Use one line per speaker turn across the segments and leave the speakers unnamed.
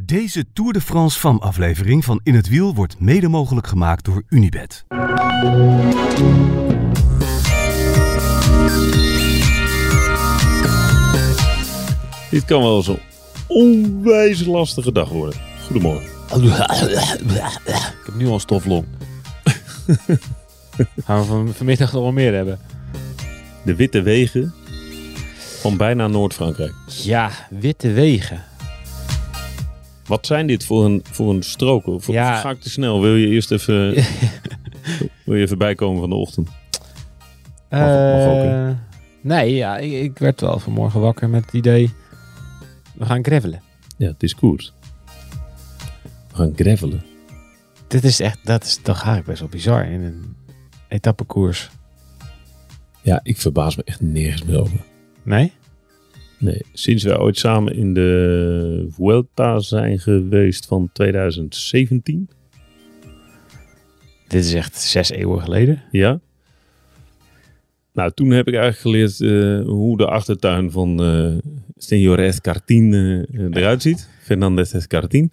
Deze Tour de France van aflevering van In het Wiel wordt mede mogelijk gemaakt door Unibed.
Dit kan wel eens een onwijs lastige dag worden. Goedemorgen.
Ik heb nu al een stoflong. Gaan we van, vanmiddag nog wel meer hebben.
De witte wegen van bijna Noord-Frankrijk.
Ja, witte wegen.
Wat zijn dit voor een, voor een strook? hoor? Voor,
Ja.
Ga ik te snel? Wil je eerst even, wil je even bijkomen van de ochtend? mag ook, hè?
Eh, nee, ja, ik, ik werd wel vanmorgen wakker met het idee... We gaan gravelen.
Ja, het is koers. We gaan gravelen.
Dit is echt... Dat is toch eigenlijk best wel bizar in een etappekoers.
Ja, ik verbaas me echt nergens meer over.
Nee?
Nee, sinds wij ooit samen in de Vuelta zijn geweest van 2017.
Dit is echt zes eeuwen geleden.
Ja. Nou, toen heb ik eigenlijk geleerd eh, hoe de achtertuin van eh Senores Cartin eh, eruit ziet. Fernandez Escartin.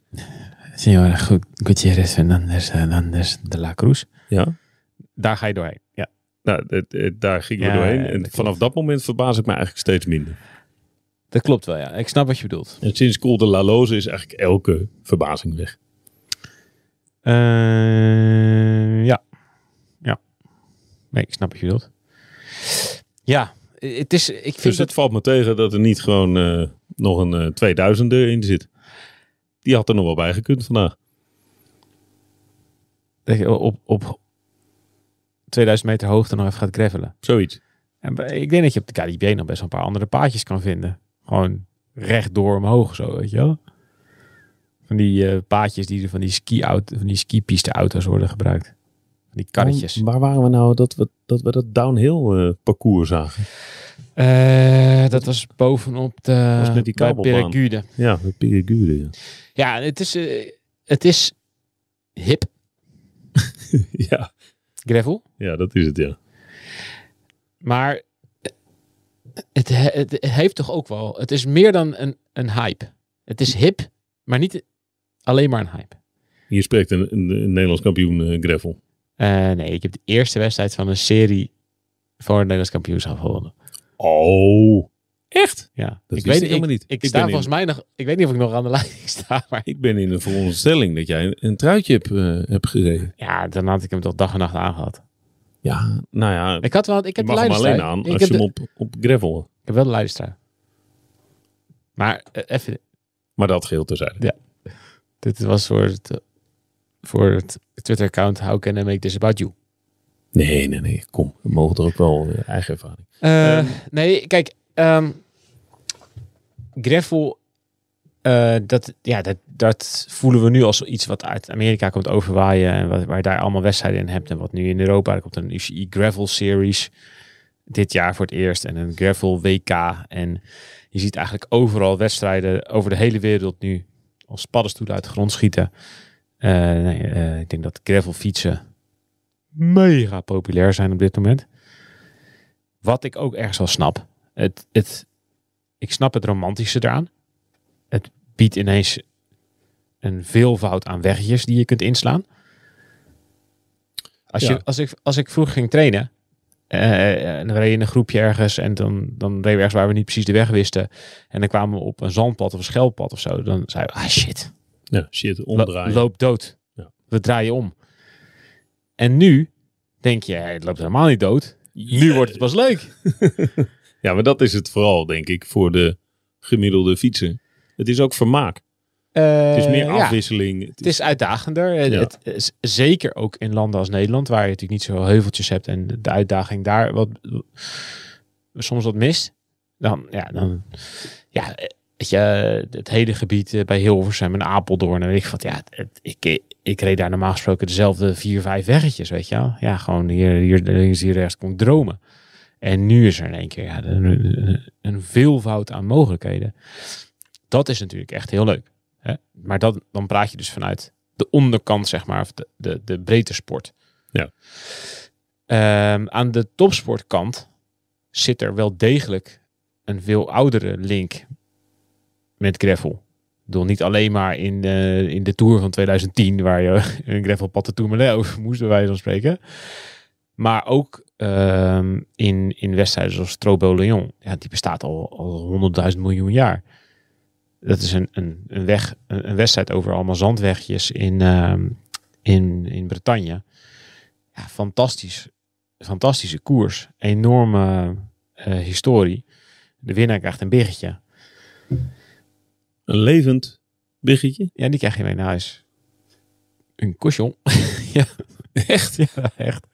Senor Gu- Gutierrez Fernandez eh, Fernandez de la Cruz.
Ja.
Daar ga je doorheen. Ja.
Nou, het- het- daar gingen we
Ja,
doorheen.
ja, dat
En
klopt.
vanaf dat moment verbaas ik me eigenlijk steeds minder.
Dat klopt wel, ja. Ik snap wat je bedoelt.
En sinds Col de La Loze is eigenlijk elke verbazing weg.
Eh, ja. Ja. Nee, ik snap wat je bedoelt. Ja, eh, het is, ik vind
Dus het
dat...
valt me tegen dat er niet gewoon eh, nog een eh, 2000 er in zit. Die had er nog wel bij gekund vandaag.
dat je op, op 2000 meter hoogte nog even gaat gravelen.
Zoiets.
En bij- ik denk dat je op de KDB nog best wel een paar andere paadjes kan vinden. Gewoon rechtdoor omhoog zo, weet je wel. Van die eh paadjes die er van die, ski van die skipiste auto's worden gebruikt. Van die karretjes.
Waar waren we nou dat we dat, we dat downhill eh, parcours zagen?
Eh, dat was bovenop de...
Was met die
bij
kabelbaan.
Peragude.
Ja, de Piragude. Ja.
Ja, het is, eh, het is hip
Ja,
gravel,
ja, dat is het, ja.
maar het, he- het heeft toch ook wel. Het is meer dan een, een hype. Het is hip, maar niet alleen maar een hype.
Hier spreekt een, een, een Nederlands kampioen eh, Greffel.
Eh, nee, ik heb de eerste wedstrijd van een serie voor het Nederlands kampioenschap gewonnen.
Oh, echt?
Ja,
wist
ik
ik
weet niet-
helemaal niet.
Ik,
Ik
sta
ben in-
volgens mij nog. Ik weet niet of ik nog aan de leiding sta, maar
Ik ben in de veronderstelling dat jij een, een truitje hebt, eh, hebt gereden.
ja, dan had ik hem toch dag en nacht aangehad.
Ja, nou ja,
Ik had wel. Ik
je
heb
mag
de
hem
leiderstrui.
alleen aan
Ik
als
heb
je
de-
hem op, op eh. Greffel.
Ik heb wel de leiderstrui. Maar eh, even
Maar dat geheel terzijde.
Dit was voor het, voor het Twitter-account How Can I Make This About You?
Nee, nee, nee, kom. We mogen er ook wel eh, eigen ervaring. Ehm.
Eh, nee, kijk. ehm Greffel, eh, dat, ja, dat, dat voelen we nu als iets wat uit Amerika komt overwaaien. En wat, waar je daar allemaal wedstrijden in hebt. En wat nu in Europa, er komt een UCI Gravel Series dit jaar voor het eerst. En een Gravel WK. En je ziet eigenlijk overal wedstrijden over de hele wereld nu als paddenstoelen uit de grond schieten. Eh, nee, eh, ik denk dat gravel fietsen mega populair zijn op dit moment. Wat ik ook ergens wel snap. Het, het, ik snap het romantische eraan. Het biedt ineens een veelvoud aan wegjes die je kunt inslaan. Als,
Ja.
je, als, ik, als ik vroeger ging trainen, eh, en dan reed je in een groepje ergens en dan, dan reden we ergens waar we niet precies de weg wisten. En dan kwamen we op een zandpad of een schelpad of zo. Dan zei we, ah shit,
Ja, shit,
Lo-
omdraaien.
Loop dood.
Ja.
We draaien om. En nu denk je, hey, het loopt helemaal niet dood. Nu
Ja.
wordt het pas leuk.
Ja, maar dat is het vooral, denk ik, voor de gemiddelde fietser. Het is ook vermaak. Het is meer
Eh, ja.
afwisseling. Het
Het is uitdagender. Eh,
Ja.
Het is zeker ook in landen als Nederland, waar je natuurlijk niet zoveel heuveltjes hebt en de uitdaging daar wat soms wat mist. Dan, ja, dan, ja, eh, weet je, eh, het hele gebied eh, bij Hilversum en Apeldoorn en weet ik wat, ja, het- het- ik, ik reed daar normaal gesproken dezelfde vier, vijf weggetjes, weet je wel. Ja, gewoon hier, hier links, hier rechts kon ik dromen. En nu is er in één keer ja, een, een veelvoud aan mogelijkheden. Dat is natuurlijk echt heel leuk. Hè? Maar dat, dan praat je dus vanuit de onderkant, zeg maar, of de, de, de breedte sport.
Ja.
Ehm, aan de topsportkant zit er wel degelijk een veel oudere link met gravel. Ik bedoel, niet alleen maar in, de- in de Tour van 2010, waar je een gravelpad de Tourmalet over moest, bij wijze van spreken. Maar ook ehm, in, in wedstrijden zoals Trobo-Lyon. Ja, die bestaat al, al 100.000 miljoen jaar. Dat is een, een, een, weg, een, een wedstrijd over allemaal zandwegjes in, ehm, in, in Bretagne. Ja, fantastisch. Fantastische koers. Enorme eh, historie. De winnaar krijgt een biggetje.
Een levend biggetje.
Ja, die krijg je mee naar huis. Een cochon. ja. Echt? Ja, echt.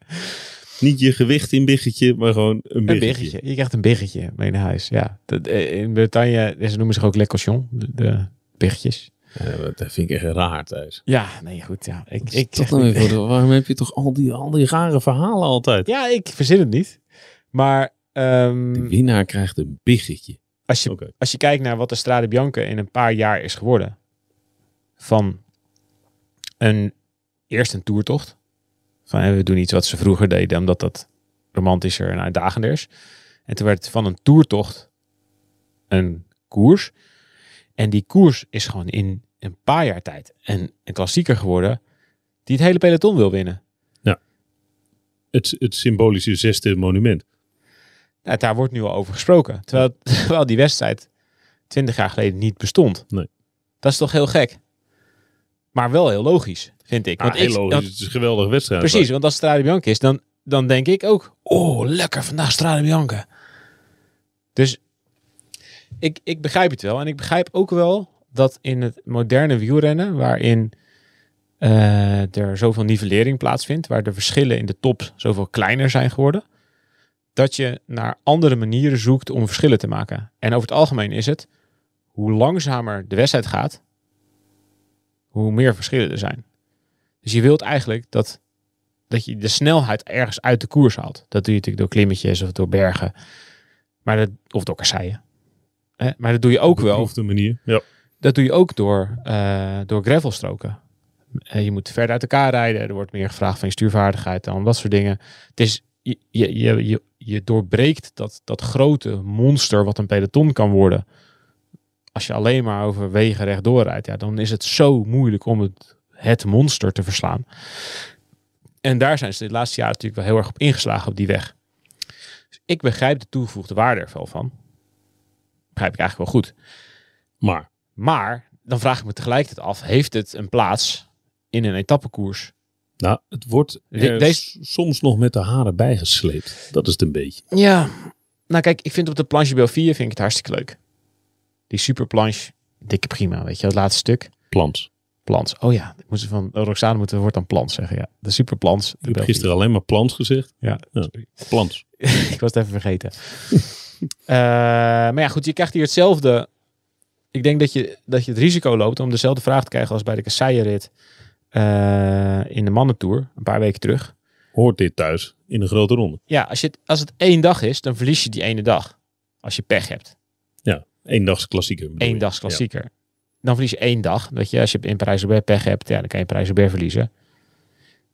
Niet je gewicht in biggetje, maar gewoon een biggetje.
Een biggetje. Je krijgt een biggetje mee naar huis. Ja. Dat, eh, in Bretagne, eh, ze noemen zich ook le cochon. De, de biggetjes.
Eh, dat vind ik echt raar thuis.
Ja, nee, goed. Ja, ik,
Ik
ik zeg niet-
waarom heb je toch al die, al die rare verhalen altijd?
ja, ik verzin het niet. Maar ehm,
De winnaar krijgt een biggetje.
als je
Oké.
als je kijkt naar wat de Strade Bianca in een paar jaar is geworden. Van een, eerst een toertocht. Van hè, we doen iets wat ze vroeger deden, omdat dat romantischer en uitdagender is. En toen werd het van een toertocht een koers. En die koers is gewoon in een paar jaar tijd een, een klassieker geworden die het hele peloton wil winnen.
Het, het symbolische zesde monument.
Nou, daar wordt nu al over gesproken. Terwijl, terwijl die wedstrijd 20 jaar geleden niet bestond.
Nee.
Dat is toch heel gek. Maar wel heel logisch, vind ik.
Want
Want ik-
Nou, heel logisch,
want-
het is een geweldige wedstrijd.
precies, want als Strade Bianca is, dan, dan denk ik ook... Oh, lekker vandaag Strade Bianca. Dus ik, ik begrijp het wel. En ik begrijp ook wel dat in het moderne wielrennen... waarin eh, er zoveel nivellering plaatsvindt... waar de verschillen in de top zoveel kleiner zijn geworden... dat je naar andere manieren zoekt om verschillen te maken. En over het algemeen is het... hoe langzamer de wedstrijd gaat... hoe meer verschillen er zijn. Dus je wilt eigenlijk dat, dat je de snelheid ergens uit de koers haalt. Dat doe je natuurlijk door klimmetjes of door bergen. Maar dat, of door kasseien. Hè? Maar dat doe je ook wel
Op de manier. Ja.
dat doe je ook door, eh door gravelstroken. Eh, je moet verder uit elkaar rijden. Er wordt meer gevraagd van je stuurvaardigheid en dat soort dingen. Het is, je, je, je, je- je doorbreekt dat, dat grote monster wat een peloton kan worden. Als je alleen maar over wegen rechtdoor rijdt, ja, dan is het zo moeilijk om het, het monster te verslaan. En daar zijn ze de laatste jaren natuurlijk wel heel erg op ingeslagen op die weg. Dus ik begrijp de toegevoegde waarde er wel van. Begrijp ik eigenlijk wel goed.
Maar
Maar dan vraag ik me tegelijkertijd af: heeft het een plaats in een etappekoers?
nou, het wordt
De-
er
deze-
s- soms nog met de haren bijgesleept. Dat is het een beetje.
Ja. Nou kijk, ik vind op de planche Belvier vind ik het hartstikke leuk. Die superplanche, dikke prima, weet je, dat laatste stuk.
Plans.
Plans. Oh ja, ik moest van Roxane moeten we het woord dan plans zeggen. Ja, de superplans.
Ik heb gisteren alleen maar plans gezegd.
Ja,
Plans.
ik was het even vergeten. Eh, maar ja, goed, je krijgt hier hetzelfde. Ik denk dat je, dat je het risico loopt om dezelfde vraag te krijgen als bij de kasseienrit eh in de mannentour, een paar weken terug.
Hoort dit thuis in een grote ronde?
Ja, als, je het, als het één dag is, dan verlies je die ene dag. Als je pech hebt.
Ja. Eendags klassieker. bedoel je.
Eén dags klassieker. Dan verlies je één dag. Dat je, als je in Parijs-Roubaix pech hebt, ja, dan kan je Parijs-Roubaix verliezen.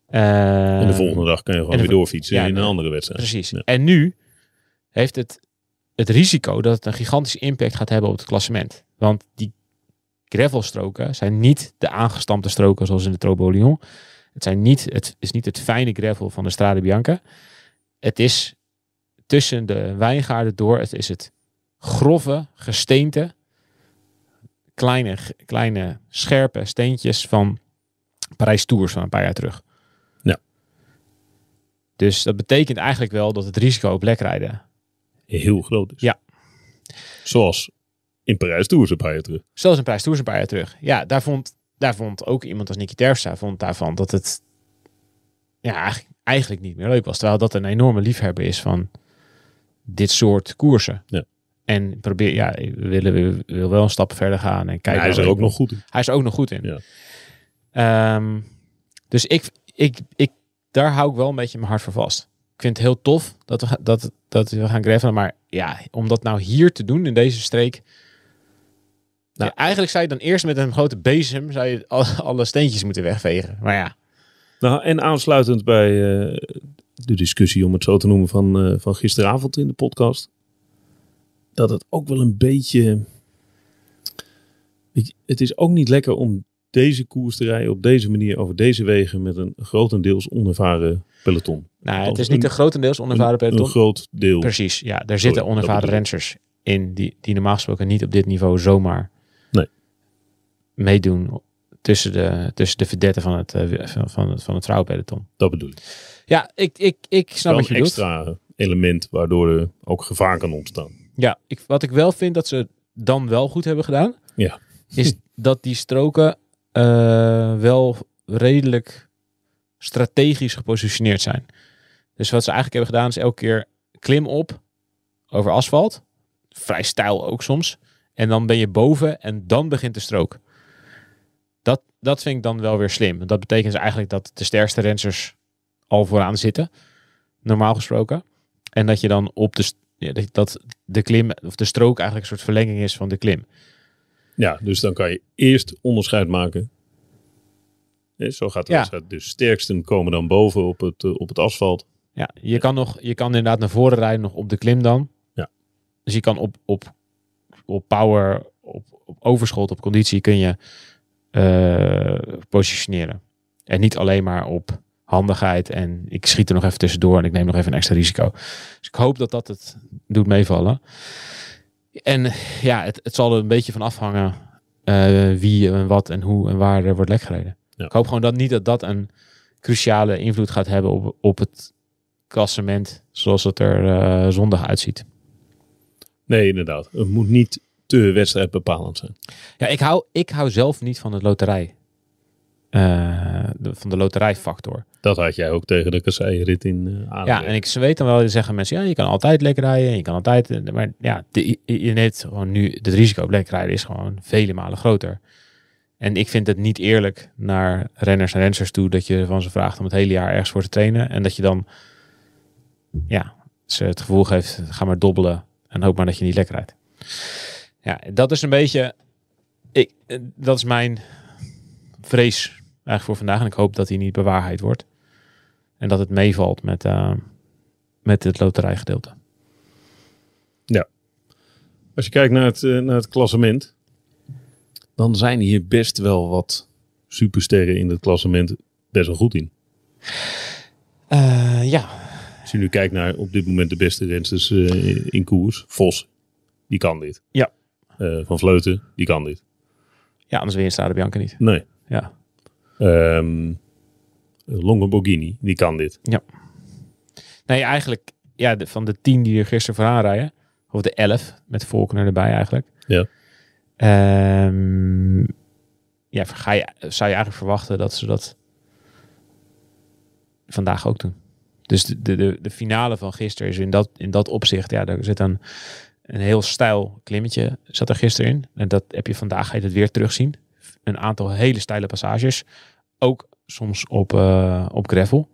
Eh,
Ja. En de volgende dag kan je gewoon
Ehm, en de
weer
vo-
doorfietsen
ja,
in een
de-
andere wedstrijd.
Precies.
Ja.
En nu heeft het het risico dat het een gigantische impact gaat hebben op het klassement. Want die gravelstroken zijn niet de aangestampte stroken zoals in de Trobo Lyon. Het, zijn niet, het is niet het fijne gravel van de Strade Bianca. Het is tussen de wijngaarden door. Het is het grove gesteente. Kleine, kleine scherpe steentjes van Parijs Tours van een paar jaar terug. Dus dat betekent eigenlijk wel dat het risico op lekrijden
Heel groot is.
Ja.
Zoals in Parijs Tours een paar jaar terug.
Zelfs een prijs Tours een paar jaar terug. Ja, daar vond, daar vond ook iemand als Nicky Terpstra vond daarvan dat het ja, eigenlijk, eigenlijk niet meer leuk was. Terwijl dat een enorme liefhebber is van dit soort koersen.
Ja.
En probeer, ja, we willen we wil wel een stap verder gaan en kijken.
hij is
waar
er
we-
ook nog goed in.
Hij is er ook nog goed in. Ehm, dus ik, ik, ik, daar hou ik wel een beetje mijn hart voor vast. Ik vind het heel tof dat we, ga- dat, dat we gaan gravelen. Maar ja, om dat nou hier te doen, in deze streek. Nou, eigenlijk zou je dan eerst met een grote bezem zou je al- alle steentjes moeten wegvegen. Maar ja,
Nou, en aansluitend bij eh, de discussie, om het zo te noemen, van, eh, van gisteravond in de podcast. Dat het ook wel een beetje Weet je, het is ook niet lekker om deze koers te rijden op deze manier over deze wegen met een grotendeels onervaren peloton.
Nou, het
Althans,
is niet
een-
een grotendeels onervaren
een,
peloton.
Een groot deel.
Precies, ja. Daar zitten
dat
onervaren
bedoel ik.
renners in die, die normaal gesproken niet op dit niveau zomaar
Nee.
meedoen tussen de, tussen de verdetten van het, eh, van, van het, van het vrouwenpeloton.
Dat bedoel ik.
Ja, ik, ik, ik snap
Wel
wat
een
je bedoelt.
extra element waardoor er ook gevaar kan ontstaan.
Ja, ik, wat ik wel vind dat ze het dan wel goed hebben gedaan,
Ja.
is dat die stroken eh, wel redelijk strategisch gepositioneerd zijn. Dus wat ze eigenlijk hebben gedaan is elke keer klim op over asfalt, vrij stijl ook soms, en dan ben je boven en dan begint de strook. Dat, dat vind ik dan wel weer slim. Want Dat betekent dus eigenlijk dat de sterkste renners al vooraan zitten, normaal gesproken. En dat je dan op de, st- ja, dat- dat de klim, of de strook eigenlijk een soort verlenging is van de klim.
Ja, dus dan kan je eerst onderscheid maken. Hè, Zo gaat de
Ja.
wedstrijd. De sterksten komen dan boven op het, eh, op het asfalt.
Ja, je, Kan nog, je kan inderdaad naar voren rijden, nog op de klim dan.
Ja.
Dus je kan op, op, op power, op, op overschot, op conditie kun je eh, positioneren. En niet alleen maar op handigheid en ik schiet er nog even tussendoor en ik neem nog even een extra risico. Dus ik hoop dat dat het doet meevallen. En ja, het, het zal er een beetje van afhangen eh, wie en wat en hoe en waar er wordt lekgereden.
Ja.
Ik hoop gewoon dat niet dat dat een cruciale invloed gaat hebben op, op het klassement zoals het er eh, zondag uitziet.
Nee, inderdaad. Het moet niet te wedstrijdbepalend zijn.
Ja, ik hou, ik hou zelf niet van het loterij. Eh, de- van de loterijfactor.
Dat had jij ook tegen de kasseienrit in eh Aardenberg.
Ja, en ik ze weet dan wel, zeggen mensen, ja, je kan altijd lekker rijden, je kan altijd, eh, maar ja, de, je je neemt gewoon nu, het risico op lekker rijden is gewoon vele malen groter. En ik vind het niet eerlijk naar renners en renners toe dat je van ze vraagt om het hele jaar ergens voor te trainen en dat je dan, ja, ze het gevoel geeft, ga maar dobbelen en hoop maar dat je niet lekker rijdt. Ja, dat is een beetje, ik, eh, dat is mijn vrees eigenlijk voor vandaag en ik hoop dat die niet bewaarheid wordt. En dat het meevalt met, eh, met het loterijgedeelte.
Als je kijkt naar het, eh, naar het klassement, dan zijn hier best wel wat supersterren in het klassement best wel goed in.
ja.
Als je nu kijkt naar op dit moment de beste rensters eh, in koers, Vos, die kan dit.
Ja.
Eh, Van Vleuten, die kan dit.
ja, anders win je Strade Bianca niet.
Nee.
Ja.
Ehm Longo Borghini, die kan dit.
Nee, eigenlijk ja, de- van de tien die er gisteren vooraan rijden. Of de elf, met Volkner erbij eigenlijk.
Ja.
Ehm, ja, ga je, zou je eigenlijk verwachten dat ze dat vandaag ook doen. Dus de, de, de, de finale van gisteren is in dat, in dat opzicht, ja, daar zit een, een heel stijl klimmetje zat er gisteren in. En dat heb je vandaag, ga je het weer terugzien. Een aantal hele steile passages. Ook soms op, eh, op gravel.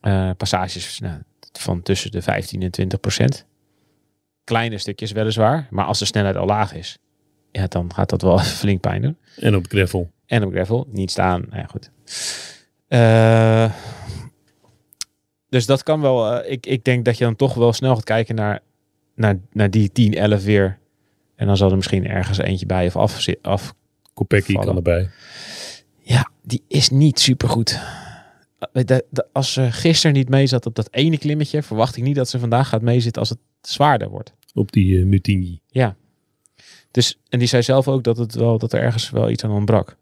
Eh, passages nou, van tussen de 15 en 20 procent. Kleine stukjes weliswaar, maar als de snelheid al laag is, ja, dan gaat dat wel even flink pijn doen.
En op Greffel.
En op gravel, niet staan. Nou ja, goed. Eh, dus dat kan wel. eh, ik, ik denk dat je dan toch wel snel gaat kijken naar, naar, naar die 10, 11 weer. En dan zal er misschien ergens eentje bij of af, af.
Kopecky kan
Vallen.
erbij.
Ja, die is niet supergoed. Eh, de- de- Als ze gisteren niet mee zat op dat ene klimmetje, verwacht ik niet dat ze vandaag gaat meezitten als het zwaarder wordt.
Op die eh, Mutini.
Dus, en die zei zelf ook dat, het wel, dat er ergens wel iets aan ontbrak.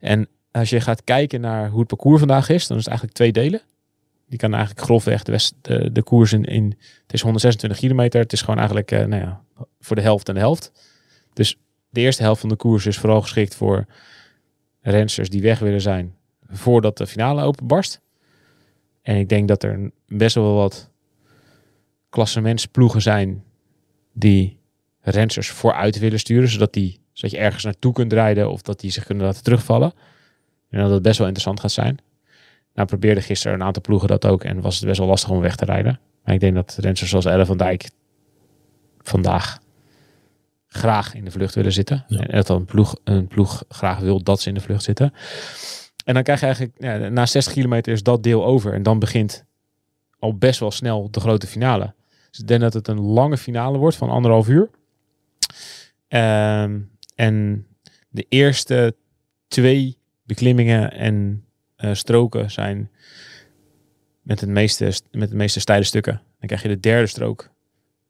En als je gaat kijken naar hoe het parcours vandaag is, dan is het eigenlijk twee delen. Je kan eigenlijk grofweg de, west, de, de koers in, in. Het is 126 kilometer. Het is gewoon eigenlijk eh, nou ja, voor de helft en de helft. Dus de eerste helft van de koers is vooral geschikt voor rensters die weg willen zijn voordat de finale openbarst. En ik denk dat er best wel wat klassementsploegen zijn die rensers vooruit willen sturen, zodat, die, zodat je ergens naartoe kunt rijden of dat die zich kunnen laten terugvallen. En dat het best wel interessant gaat zijn. Nou probeerde gisteren een aantal ploegen dat ook en was het best wel lastig om weg te rijden. Maar ik denk dat rensers zoals Ellen van Dijk vandaag graag in de vlucht willen zitten.
Ja.
En dat dan een ploeg, een ploeg graag wil dat ze in de vlucht zitten. En dan krijg je eigenlijk, ja, na 60 kilometer is dat deel over. En dan begint al best wel snel de grote finale. Dus ik denk dat het een lange finale wordt van anderhalf uur. Ehm, En de eerste twee beklimmingen en eh, stroken zijn met, het meeste, met de meeste steile stukken. Dan krijg je de derde strook.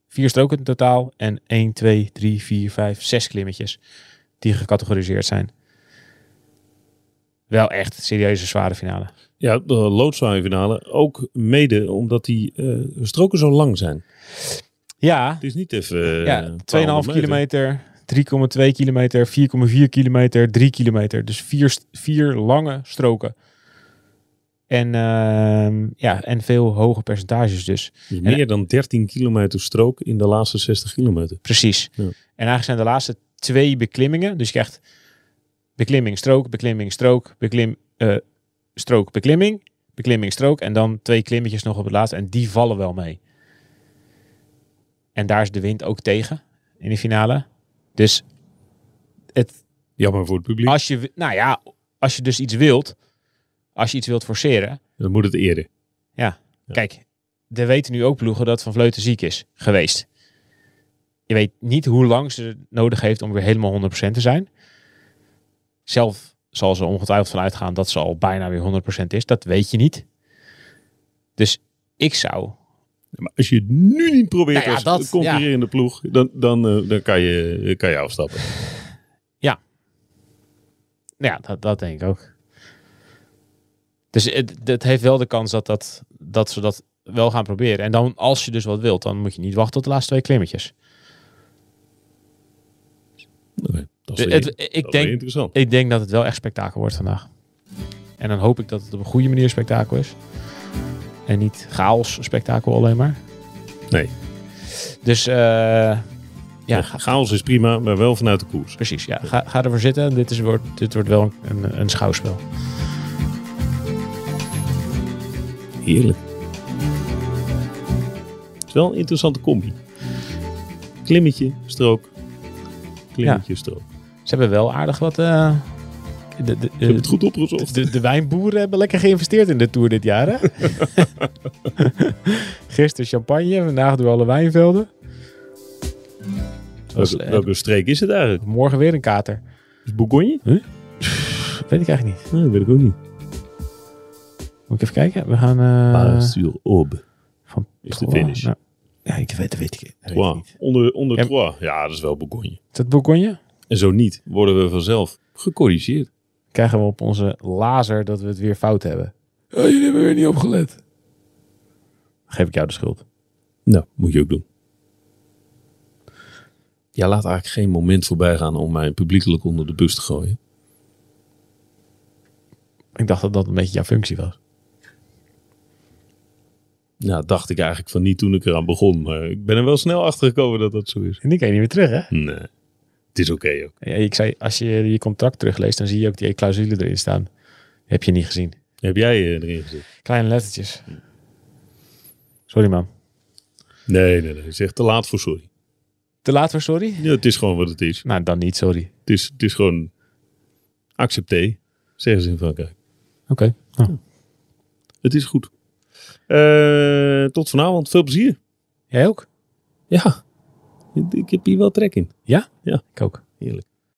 Vier stroken in totaal en 1, 2, 3, 4, 5, 6 klimmetjes die gecategoriseerd zijn. Wel echt serieuze zware finale.
Ja, de loodzwaaien finale. Ook mede omdat die eh, stroken zo lang zijn.
Ja,
Het is niet even... eh,
ja 2,5
een paar honderd meter.
kilometer, 3,2 kilometer, 4,4 kilometer, 3 kilometer. Dus vier, st- vier lange stroken. En, ehm, ja, en veel hoge percentages dus.
Dus meer dan 13 kilometer strook in de laatste 60 kilometer.
Precies.
Ja.
En eigenlijk zijn de laatste twee beklimmingen. Dus je krijgt beklimming, strook, beklimming, strook, beklim, eh, strook, beklimming, beklimming, strook. En dan twee klimmetjes nog op het laatste. En die vallen wel mee. En daar is de wind ook tegen in de finale. Dus het,
Jammer voor het publiek.
als, je, wi- nou ja, als je dus iets wilt, als je iets wilt forceren.
Dan moet het eerder.
Kijk, er weten nu ook ploegen dat Van Vleuten ziek is geweest. Je weet niet hoe lang ze het nodig heeft om weer helemaal 100% te zijn. Zelf zal ze ongetwijfeld van uitgaan dat ze al bijna weer 100% is. Dat weet je niet. Dus ik zou...
Maar als je het nu niet probeert
Nou ja,
als
dat,
concurrerende ploeg, dan, dan, eh, dan kan, je, kan je afstappen.
nou Ja, dat, dat denk ik ook. Dus het, het heeft wel de kans dat, dat, dat ze dat wel gaan proberen. En dan, als je dus wat wilt, dan moet je niet wachten tot de laatste twee klimmetjes.
Oké, dat is
Het-
weer-
het-
dat
ik
is weer
denk
interessant.
Ik denk dat het wel echt spektakel wordt vandaag. En dan hoop ik dat het op een goede manier spektakel is. En niet chaos spektakel alleen maar.
Nee.
Dus eh, ja,
Ja,
ga,
chaos is prima, maar wel vanuit de koers.
precies. Ja, ga, ga ervoor zitten. Dit, is, wordt, dit wordt wel een, een schouwspel.
Heerlijk. Het is wel een interessante combi. Klimmetje, strook. Klimmetje, strook. Ze
Ze hebben wel aardig wat... eh, de, de,
hebben het
de,
goed opgezocht.
de, de wijnboeren hebben lekker geïnvesteerd in de Tour dit jaar, hè? Gisteren champagne, vandaag door alle wijnvelden. Het was-
Welke,
eh,
welke streek is het eigenlijk?
morgen weer een kater.
Is het Bourgogne?
Weet ik eigenlijk niet.
Nee, dat weet ik ook niet.
Moet ik even kijken? We gaan... eh,
Aube.
van
Is de
Troyes
finish.
naar- ja, ik weet, dat weet ik, dat weet ik
Trois.
niet.
Onder, onder
Ja,
ja, Trois. Ja, dat is wel Bourgogne.
Is dat Bourgogne?
En zo niet worden we vanzelf gecorrigeerd.
Krijgen we op onze laser dat we het weer fout hebben. Oh, jullie hebben weer niet opgelet. Dan geef ik jou de schuld.
Nou, moet je ook doen. Ja, laat eigenlijk geen moment voorbij gaan om mij publiekelijk onder de bus te gooien.
Ik dacht dat dat een beetje jouw functie was.
Nou, dacht ik eigenlijk van niet toen ik eraan begon. Maar ik ben er wel snel achter gekomen dat dat zo is.
En die kan je niet meer terug, hè?
Nee, het is oké ook.
Ja, ik zei, als je je contract terugleest, dan zie je ook die clausule erin staan. Die heb je niet gezien.
Heb jij eh, erin gezet?
Kleine lettertjes. Sorry, man.
Nee, nee, nee. Het is echt te laat voor sorry.
Te laat voor sorry?
Ja, het is gewoon wat het is.
Nou, dan niet, sorry.
Het is, het is gewoon accepté, zeggen ze in Frankrijk.
Oké.
Oh. Het is goed. Eh, tot vanavond. Veel plezier.
Jij ook?
Ja, ik heb hier wel trek in.
Ja?
Ja.
Ik ook.
Heerlijk.